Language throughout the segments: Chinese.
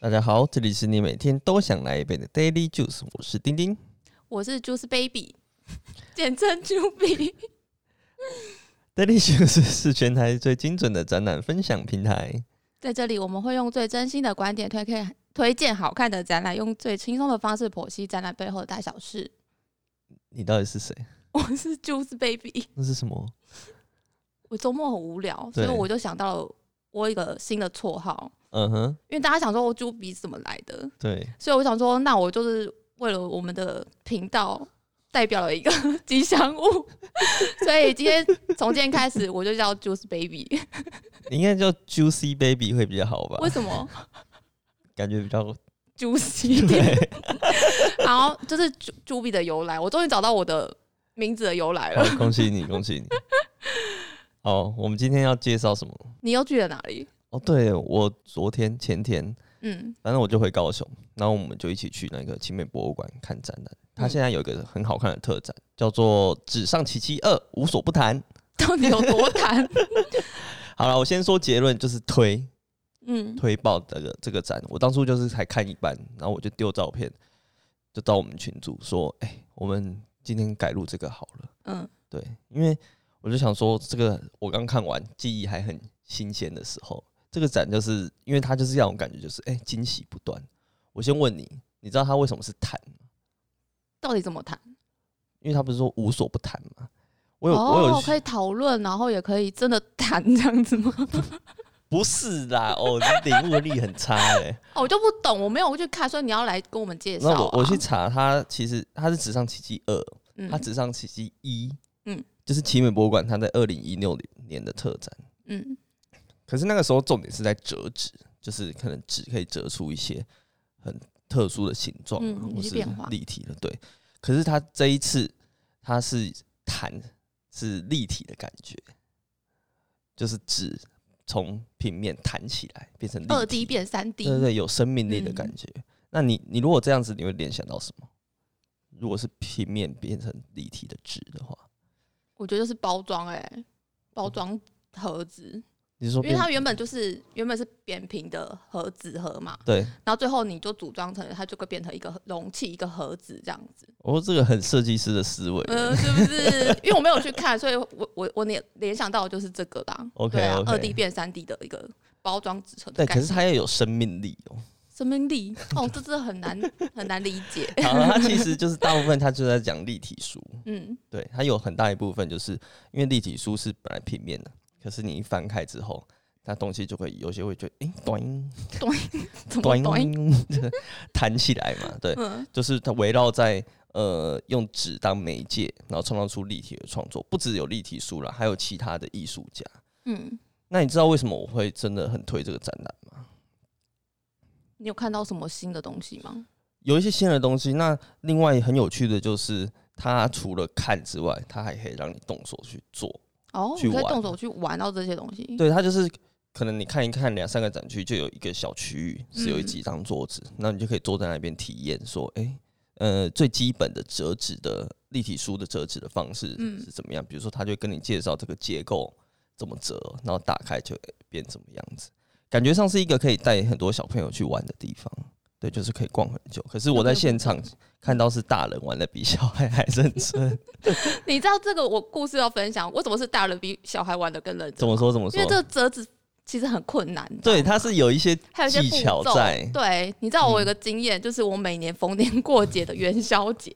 大家好，这里是你每天都想来一杯的 Daily Juice，我是丁丁。我是 Juice Baby，简称 Juby。 Daily Juice 是全台最精准的展览分享平台。在这里，我们会用最真心的观点推荐推荐好看的展览，用最轻松的方式剖析展览背后的大小事。你到底是谁？我是 Juice Baby， 那是什么？我周末很无聊，对所以我就想到了我一个新的绰号，嗯哼，因为大家想说我 Juby 是怎么来的，对，所以我想说，那我就是为了我们的频道代表了一个 吉祥物， 所以今天从今天开始我就叫 Juice Baby。你应该叫 Juicy Baby 会比较好吧为？什么感觉比较 Juicy 一点？对， 然后就是朱朱比的由来，我终于找到我的名字的由来了。好，恭喜你，恭喜你。哦，我们今天要介绍什么？你又去了哪里？哦，对我昨天前天，嗯，反正我就回高雄，然后我们就一起去那个奇美博物馆看展览。它嗯现在有一个很好看的特展，叫做《纸上奇迹二：无所不谈》。到底有多谈？ 好了，我先说结论，就是推嗯，推爆这个这个展。我当初就是才看一半，然后我就丢照片，就到我们群组说：“哎、我们今天改录这个好了。嗯，”对，因为我就想说，这个我刚看完，记忆还很新鲜的时候，这个展就是因为它就是让我感觉就是哎惊、喜不断。我先问你，你知道它为什么是谈吗？到底怎么谈？因为它不是说无所不谈吗？我有、我有哦可以讨论，然后也可以真的谈这样子 吗？不是啦，哦，你领悟力很差哎、哦，我就不懂，我没有去看，所以你要来跟我们介绍、那啊。我我去查它，其实它是《纸上奇迹二》，嗯，它《纸上奇迹一》，嗯嗯，就是奇美博物馆它在二零一六年的特展。嗯可是那个时候重点是在折纸，就是可能纸可以折出一些很特殊的形状、啊，嗯或一些是变化立体的。对，可是它这一次它是弹，是立体的感觉，就是纸从平面弹起来变成立二 D 体，变三 D，嗯对对对，有生命力的嗯感觉。那你你如果这样子，你会联想到什么？如果是平面变成立体的纸的话，我觉得就是包装，哎，包装盒子，你是说因为变它原本就是原本是扁平的盒子盒嘛，对然后最后你就组装成它就会变成一个容器、一个盒子这样子。 我说这个很设计师的思维。嗯，是不是？因为我没有去看，所以我我我联联想到的就是这个啦。 OK，对啊， OK 二 D 变三 D 的一个包装纸盒的对，概可念。是它要有生命力 哦。生 命力哦，这真的很难很难理解。好了，它其实就是大部分它就在讲立体书， 嗯对，它有很大一部分就是因为立体书是本来平面的，可是你一翻开之后，它东西就会有些会觉得， 诶， 短怎么短 懂？ 弹起来嘛，对，嗯就是它围绕在呃用纸当媒介，然后创造出立体的创作，不只有立体书啦，还有其他的艺术家。嗯，那你知道为什么我会真的很推这个展览吗？你有看到什么新的东西吗？有一些新的东西。那另外很有趣的就是，它除了看之外，它还可以让你动手去做。哦，去你可以玩动手去玩到这些东西。对，它就是可能你看一看两三个展区，就有一个小区域是有嗯几张桌子，那、你就可以坐在那边体验，说，哎、呃，最基本的折纸的立体书的折纸的方式嗯是怎么样？比如说，他就跟你介绍这个结构怎么折，然后打开就诶变怎么样子。感觉上是一个可以带很多小朋友去玩的地方，对，就是可以逛很久。可是我在现场看到是大人玩的比小孩还认真， 你知道这个我故事要分享，为什么是大人比小孩玩的更认怎真？么说怎么因为这说？个折纸其实很困难。你知道对，吗它是有一些还有一些技步巧骤在嗯对，你知道我有一个经验，就是我每年逢年过节的元宵节，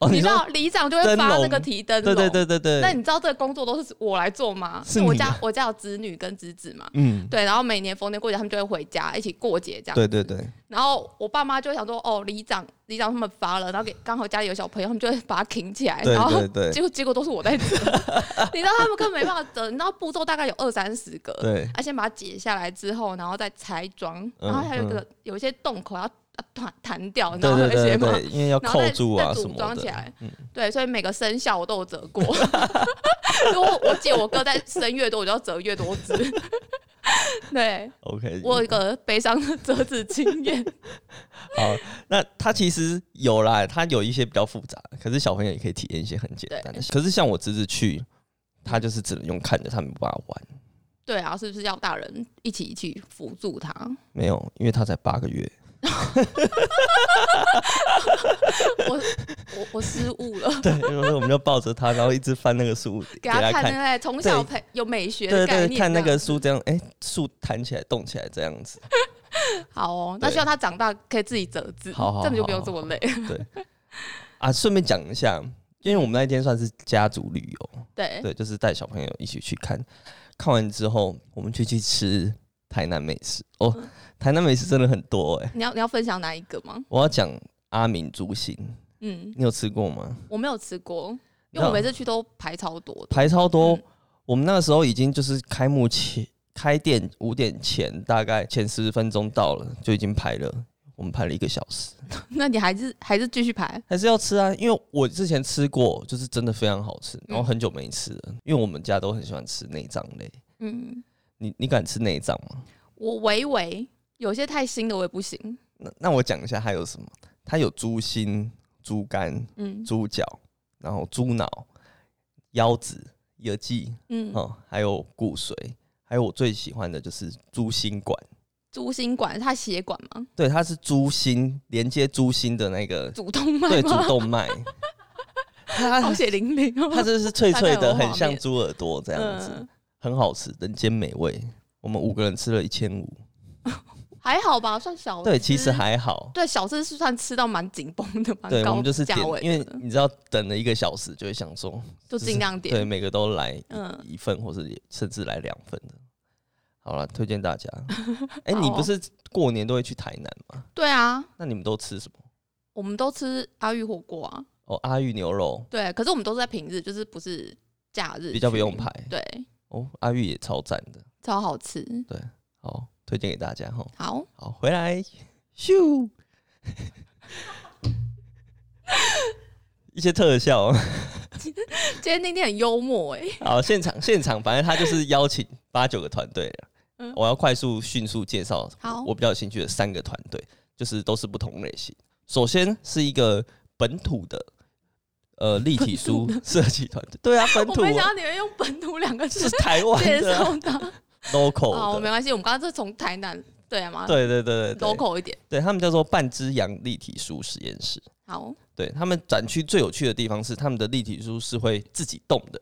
哦，你你知说道里长就会发那个提灯对笼，对对对对，那你知道这个工作都是我来做吗？是因为我你啊家我家有子女跟侄子嘛，嗯，对，然后每年逢年过节他们就会回家一起过节这样。对对对，然后我爸妈就会想说，哦，里长里长他们发了，然后给刚好家里有小朋友，他们就会把它挺起来，对哎然后对对结果结果都是我在折， 你知道他们根本没办法折，你知道步骤大概有二三十个，对，啊，先把它解下来之后，然后再拆装，嗯然后还有一个、有一些洞口要要弹弹掉，然对后有对一些对嘛，对，因为要然扣后再住啊再什组么装起的，嗯来，对，所以每个生肖我都有折过。 如果我姐我哥在生越多，我就要折越多只。 对 OK，我有一个悲伤的折纸经验， 好，那它其实有啦，它有一些比较复杂，可是小朋友也可以体验一些很简单的。可是像我侄子去，他就是只能用看着，他没办法玩，对啊，是不是要大人一起一起辅助他？ 没有，因为他才八个月，我我我失误了，对，然后我们就抱着它，然后一直翻那个书 给给他它看看，那个从小培有美学的对概对念，对，看那这个样书这样，哎、树弹起来、动起来这样子。好哦。那对希望他长大可以自己折字，好好这样就不好用这么累。啊，顺便讲一下，因为我们那一天算是家族旅游，对，对，就是带小朋友一起去看，看完之后我们就去吃台南美食哦，台南美食真的很多哎、你要你要分享哪一个吗？我要讲阿明猪心，嗯，你有吃过吗？我没有吃过，你知因为道我每次去都排超多的。 排超多，嗯我们那个时候已经就是开幕前开店五点前，大概前十分钟到了就已经排了，我们排了一个小时，那你还是还是继续排？还是要吃啊，因为我之前吃过，就是真的非常好吃，然后很久没吃了，因为我们家都很喜欢吃内脏类。嗯，你你敢吃内脏吗？我微微有些太新的我也不行。那那我讲一下它有什么，它有猪心、猪肝、嗯猪脚，然后猪脑、腰子、腰脊，嗯，哦，还有骨髓，还有我最喜欢的就是猪心管。猪心管是它血管吗？对，它是猪心连接猪心的那 个，主动脉对，主吗？动脉。好它血淋淋哦。它这是脆脆大概有的，画面很像猪耳朵这样子，嗯很好吃，人间美味。我们五个人吃了一千五，还好吧，算小吃。 对，其实还好。对小吃是算吃到蛮紧绷的，蛮对，嗯啊高我们就是点价位，的，因为你知道等了一个小时，就会想说，就就是尽量点。对，每个都来一嗯，一份，或是甚至来两份的。好了，推荐大 家。哎、好你哦不是过年都会去台南吗？对啊，那你们都吃什么？我们都吃阿裕火锅啊。哦，阿裕牛肉对，可是我们都是在平日，就是不是假日比较不去用排对，哦，阿裕也超赞的。超好吃。好，推荐给大家哈。好，好，回来，咻， 一些特效。哦今天那天很幽默哎、好，现场现场，反正他就是邀请八九个团队了嗯我要快速迅速介绍好我比较有兴趣的三个团队，就是都是不同类型。首先是一个本土的呃立体书设计团队，对啊，本我土没啊想到你们用本土两个字 是台湾介 的啊绍它。好， local 没的，关系，我们刚刚是从台南对吗？对对对对对，local 一点。对他们叫做半只羊立体书实验室。好，对他们展区最有趣的地方是，他们的立体书是会自己动的，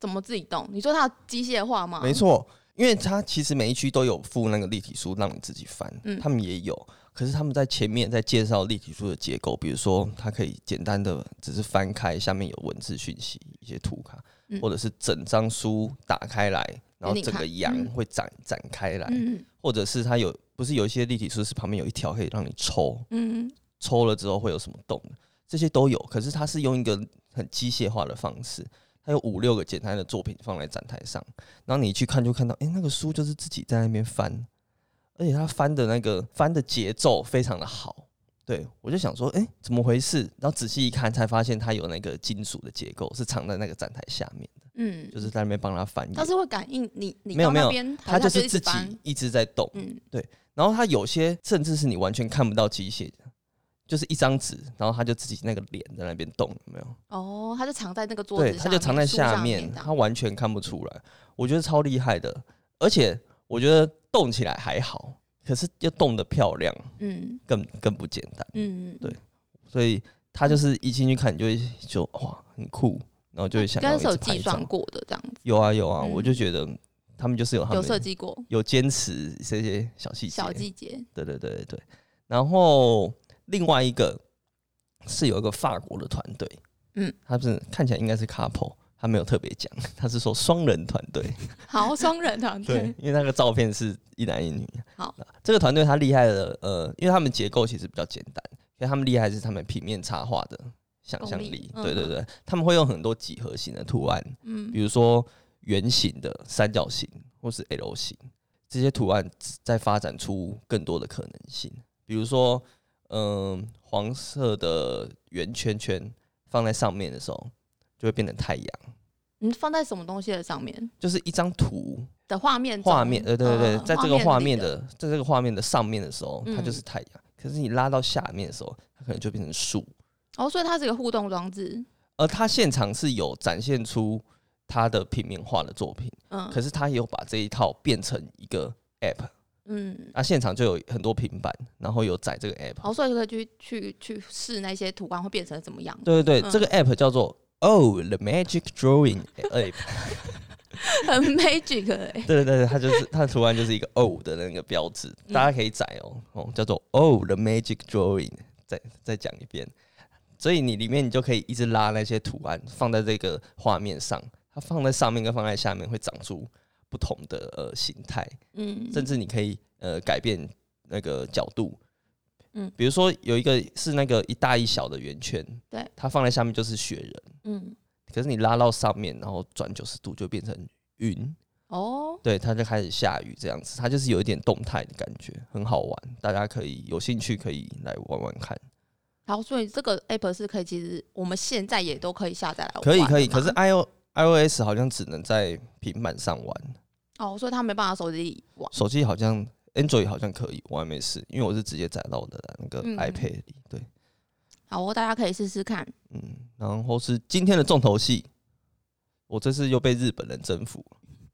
怎么自己动？你说它有机械化吗？没，错，因为它其实每一区都有附那个立体书让你自己翻，嗯他们也有，可是他们在前面在介绍立体书的结构，比如说它可以简单的只是翻开，下面有文字讯息、一些图卡，嗯或者是整张书打开来，然后给你整个看羊嗯会展、展开来，嗯或者是它有不是有一些立体书是旁边有一条可以让你抽，嗯，抽了之后会有什么动的，这些都有。可是它是用一个很机械化的方式，它有五六个简单的作品放在展台上，然后你去看就看到，诶，那个书就是自己在那边翻，而且它翻的那个翻的节奏非常的好。对我就想说，诶，怎么回事？然后仔细一看才发现它有那个金属的结构是藏在那个展台下面的，嗯，就是在那边帮它翻译它。是会感应你，你没有到没那有边它还就是是自己它就一直翻一直在动，嗯然后它有些甚至是你完全看不到机械的，就是一张纸，然后它就自己那个脸在那边动，有没有？哦，它就藏在那个桌子对，上面，它就藏在书下上面，这样它完全看不出来。我觉得超厉害的，而且我觉得动起来还好，可是要动得漂亮嗯更更不简单。嗯，嗯对所以他就是一进去看，你就会就哇很酷，然后就会想要应该一是有直计拍算照。过的这样子，有啊有啊，嗯我就觉得他们就是有他有们设计过有坚持这些小细节，小季节，对对对对对。然后另外一个是有一个法国的团队，嗯嗯，他是看起来应该是 couple，他没有特别讲，他是说双人团队，好双人啊 团队，，因为那个照片是一男一女。好，这个团队它厉害的，呃，因为他们结构其实比较简单，因为他们厉害是他们平面插画的想象功力力，嗯对对对，他们会用很多几何形的图案，嗯比如说圆形的、三角形或是 L 型，这些图案再发展出更多的可能性。比如说，嗯、黄色的圆圈圈放在上面的时候，就会变成太阳，你放在什么东西的上面就是一张图的画面中？画面，呃，对对对，嗯在这个画面里的，在这个画面的上面的时候，它嗯就是太阳。可是你拉到下面的时候，它可能就变成树。哦，所以它是一个互动装置，而它现场是有展现出它的平面化的作品，嗯可是它也有把这一套变成一个 app，嗯，那、现场就有很多平板，然后有载这个 app。好，所以可以去去去试那些图案会变成怎么样？对对对，嗯这个 app 叫做 Oh the Magic Drawing app。 很 magic 哎、对对对，它就是它的图案就是一个 O 的那个标志，嗯大家可以载哦哦，叫做 O the Magic Drawing，再再讲一遍。所以你里面你就可以一直拉那些图案放在这个画面上，它放在上面跟放在下面会长出不同的呃形态，嗯，甚至你可以呃改变那个角度。嗯嗯，比如说有一个是那个一大一小的圆圈，对，它放在下面就是雪人，嗯，可是你拉到上面，然后转九十度就变成云，哦，对，它就开始下雨这样子，它就是有一点动态的感觉，很好玩，大家可以有兴趣可以来玩玩看。好，所以这个 app 是可以，其实我们现在也都可以下载来玩可以可以，的可嘛是 i o iOS 好像只能在平板上玩，哦，所以他没办法手机里玩。手机好像 Android 好像可以，我还没试，因为我是直接载到我的那个嗯 iPad 里。对，好哦，大家可以试试看。嗯，然后是今天的重头戏，我这次又被日本人征服，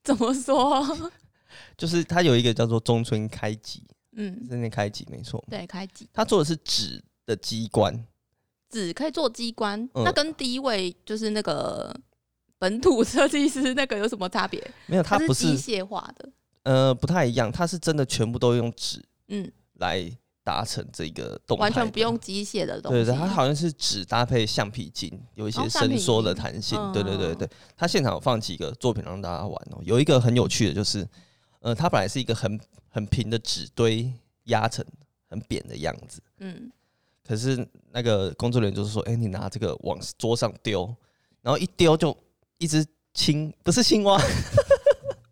怎么说？就是它有一个叫做中村开吉，嗯，是念开吉没错，对，开机它做的是纸的机关，只可以做机关，嗯那跟第一位就是那个本土设计师那个有什么差别？没有，它不是机械化的，呃，不太一样，它是真的全部都用纸嗯，来达成这个动态的，完全不用机械的东西。对对，它好像是纸搭配橡皮筋，有一些哦橡伸皮缩的筋弹性。嗯对对对对，它现场有放几个作品让大家玩哦。有一个很有趣的就是，呃，它本来是一个很很平的纸堆压成很扁的样子，嗯，可是那个工作人员就是说，哎、你拿这个往桌上丢，然后一丢就一只青，不是青蛙，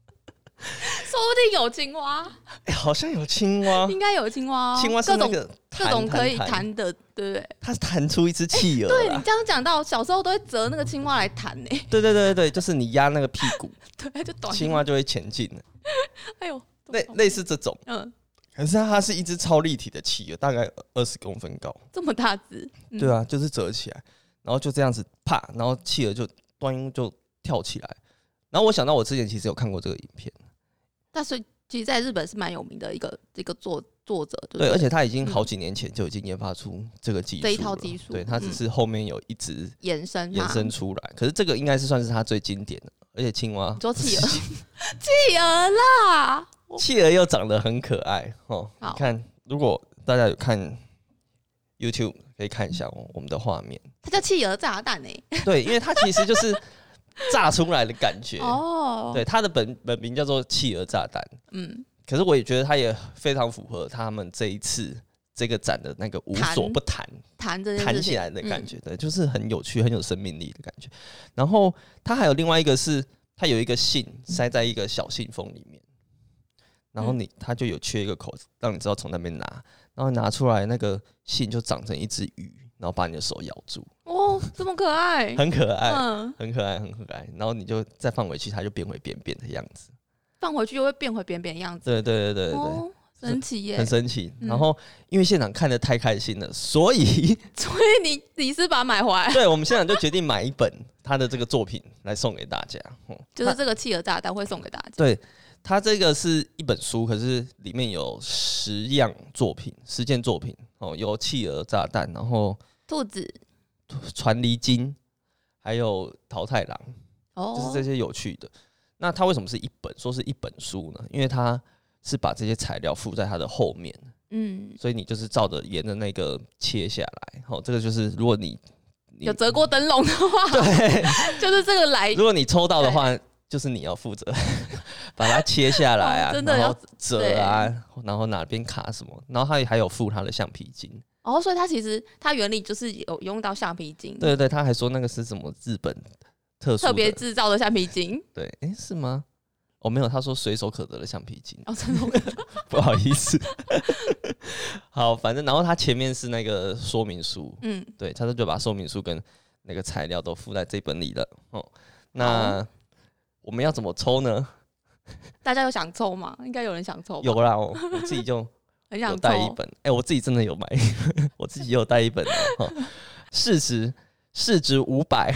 说不定有青蛙，哎好像有青蛙，应该有青蛙哦，青蛙是各那种个各种可以弹。弹的，对不对？它弹啊出一只企鹅对啦你这样讲到，小时候都会折那个青蛙来弹呢、 对对对对，就是你压那个屁股，对，就短青，蛙就会前进了，哎呦，类类似这种。嗯，可是它是一只超立体的企鹅，大概二十公分高，这么大只，嗯对啊，就是折起来，然后就这样子啪，然后企鹅就端就跳起来。然后我想到我之前其实有看过这个影片，但是其实在日本是蛮有名的一个一个作作者，对不对，而且它已经嗯好几年前就已经研发出这个技术了，这一套技术嗯对，它只是后面有一直延伸嘛延伸出来，可是这个应该是算是它最经典的，而且青蛙你，说企 鹅，企鹅啦，企鹅又长得很可爱哦。你好看，如果大家有看 YouTube，可以看一下哦我们的画面。它叫企鹅炸弹诶、对，因为它其实就是炸出来的感觉。哦，对，它的本本名叫做企鹅炸弹，嗯，可是我也觉得它也非常符合他们这一次这个展的那个无所不谈弹嗯这件弹事起情，来的感觉，对，就是很有趣、很有生命力的感觉。然后它还有另外一个是，它有一个信塞在一个小信封里面，然嗯后你它就有缺一个口，让你知道从那边拿，然后拿出来那个信就长成一只鱼，然后把你的手咬住，哦，这么可爱，很可爱，嗯，很可爱，很可爱。然后你就再放回去，它就变回扁扁的样子。放回去又会变回扁扁的样子，对对对对对对。哦，神奇耶、很神奇，嗯然后因为现场看的太开心了，所以 所以你你是把它买回来，对我们现场就决定买一本他的这个作品来送给大家。嗯就是这个企鹅炸弹会送给大家，对，它这个是一本书，可是里面有十样作品，十件作品哦，有企鹅炸弹，然后兔子传离经，还有桃太郎，哦，就是这些有趣的。那它为什么是一本？说是一本书呢？因为它是把这些材料附在它的后面，嗯，所以你就是照着沿着那个切下来。哦，这个就是如果你你 有折过灯笼的话，对，就是这个来如果你抽到的话，就是你要负责 把它切下来啊， 哦真的然后折啊，然后哪边卡什么，然后它还有附它的橡皮筋。哦，所以它其实它原理就是有用到橡皮筋，对对对，他还说那个是什么日本特殊的特别制造的橡皮筋，对，诶，是吗？哦，没有，他说随手可得的橡皮筋，哦，真的， 不好意思。 好，反正然后它前面是那个说明书，嗯，对，他就把说明书跟那个材料都附在这本里了。哦，那我们要怎么抽呢？大家有想抽吗？应该有人想抽吧，有啦，我我自己就很有 想带一抽， 本，哎、我自己真的有买，我自己也有带一本哦。哈事实市值五百，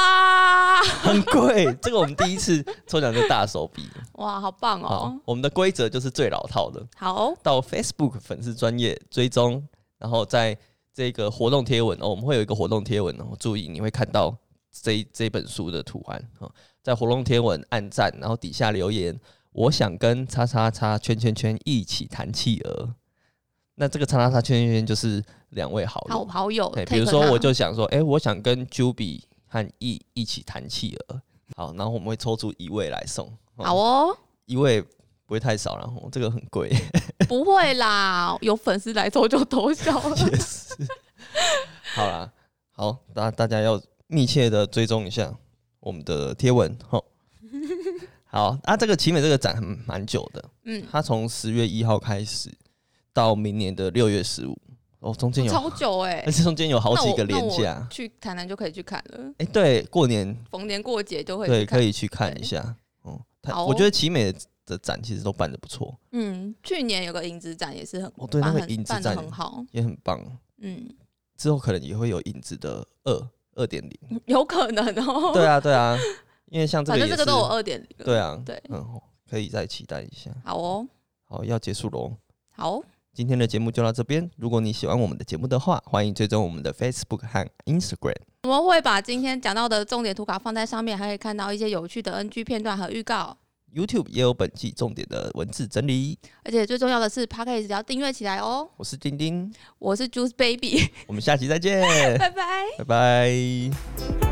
哇很贵。这个我们第一次抽奖就大手笔。哇，好棒好 哦！，我们的规则就是最老套的，好，到 Facebook 粉丝专业追踪，然后在这个活动贴文哦，我们会有一个活动贴文哦，注意你会看到这一这一本书的图案哦，在活动贴文按赞，然后底下留言，我想跟叉叉叉圈圈圈一起谈企鹅。那这个叉叉叉圈圈圈就是两位好好友，好友哎，， take 比啊如说他我就想说，哎、我想跟 Juby 和 E 一起谈企鹅，好，然后我们会抽出一位来送，哦好哦，一位不会太少，然后这个很贵。不会啦，有粉丝来抽就偷笑了。 也是。 好啦，好，大大家要密切的追踪一下我们的贴文吼。 好，啊，这个奇美这个展很蛮久的，嗯，它从十月一号开始到明年的六月十五，哦，中间有，超久哎、而且 中间有好那几我个那连我假。去台南就可以去看了，哎、对，过年逢年过节都会对去看可。以去看对一下。哦，它好我哦觉得奇美的展其实都办的不错，嗯，去年有个影子展也是很哦对那个办很影子办得展很好，也很棒。嗯，之后可能也会有影子的二二点零。有可能 哦。对啊，对啊，因为像这个反也正是这个都有二点零。对，啊，对嗯，可以再期待一下。好哦，好，要结束喽。好，今天的节目就到这边。如果你喜欢我们的节目的话，欢迎追踪我们的 Facebook 和 Instagram。我们会把今天讲到的重点图卡放在上面，还可以看到一些有趣的 NG 片段和预告。 YouTube 也有本季重点的文字整理。而且最重要的是 p a c a g e 要订阅起来哦。我是丁丁， 我是 Juice Baby，我们下期再见，拜拜。拜拜。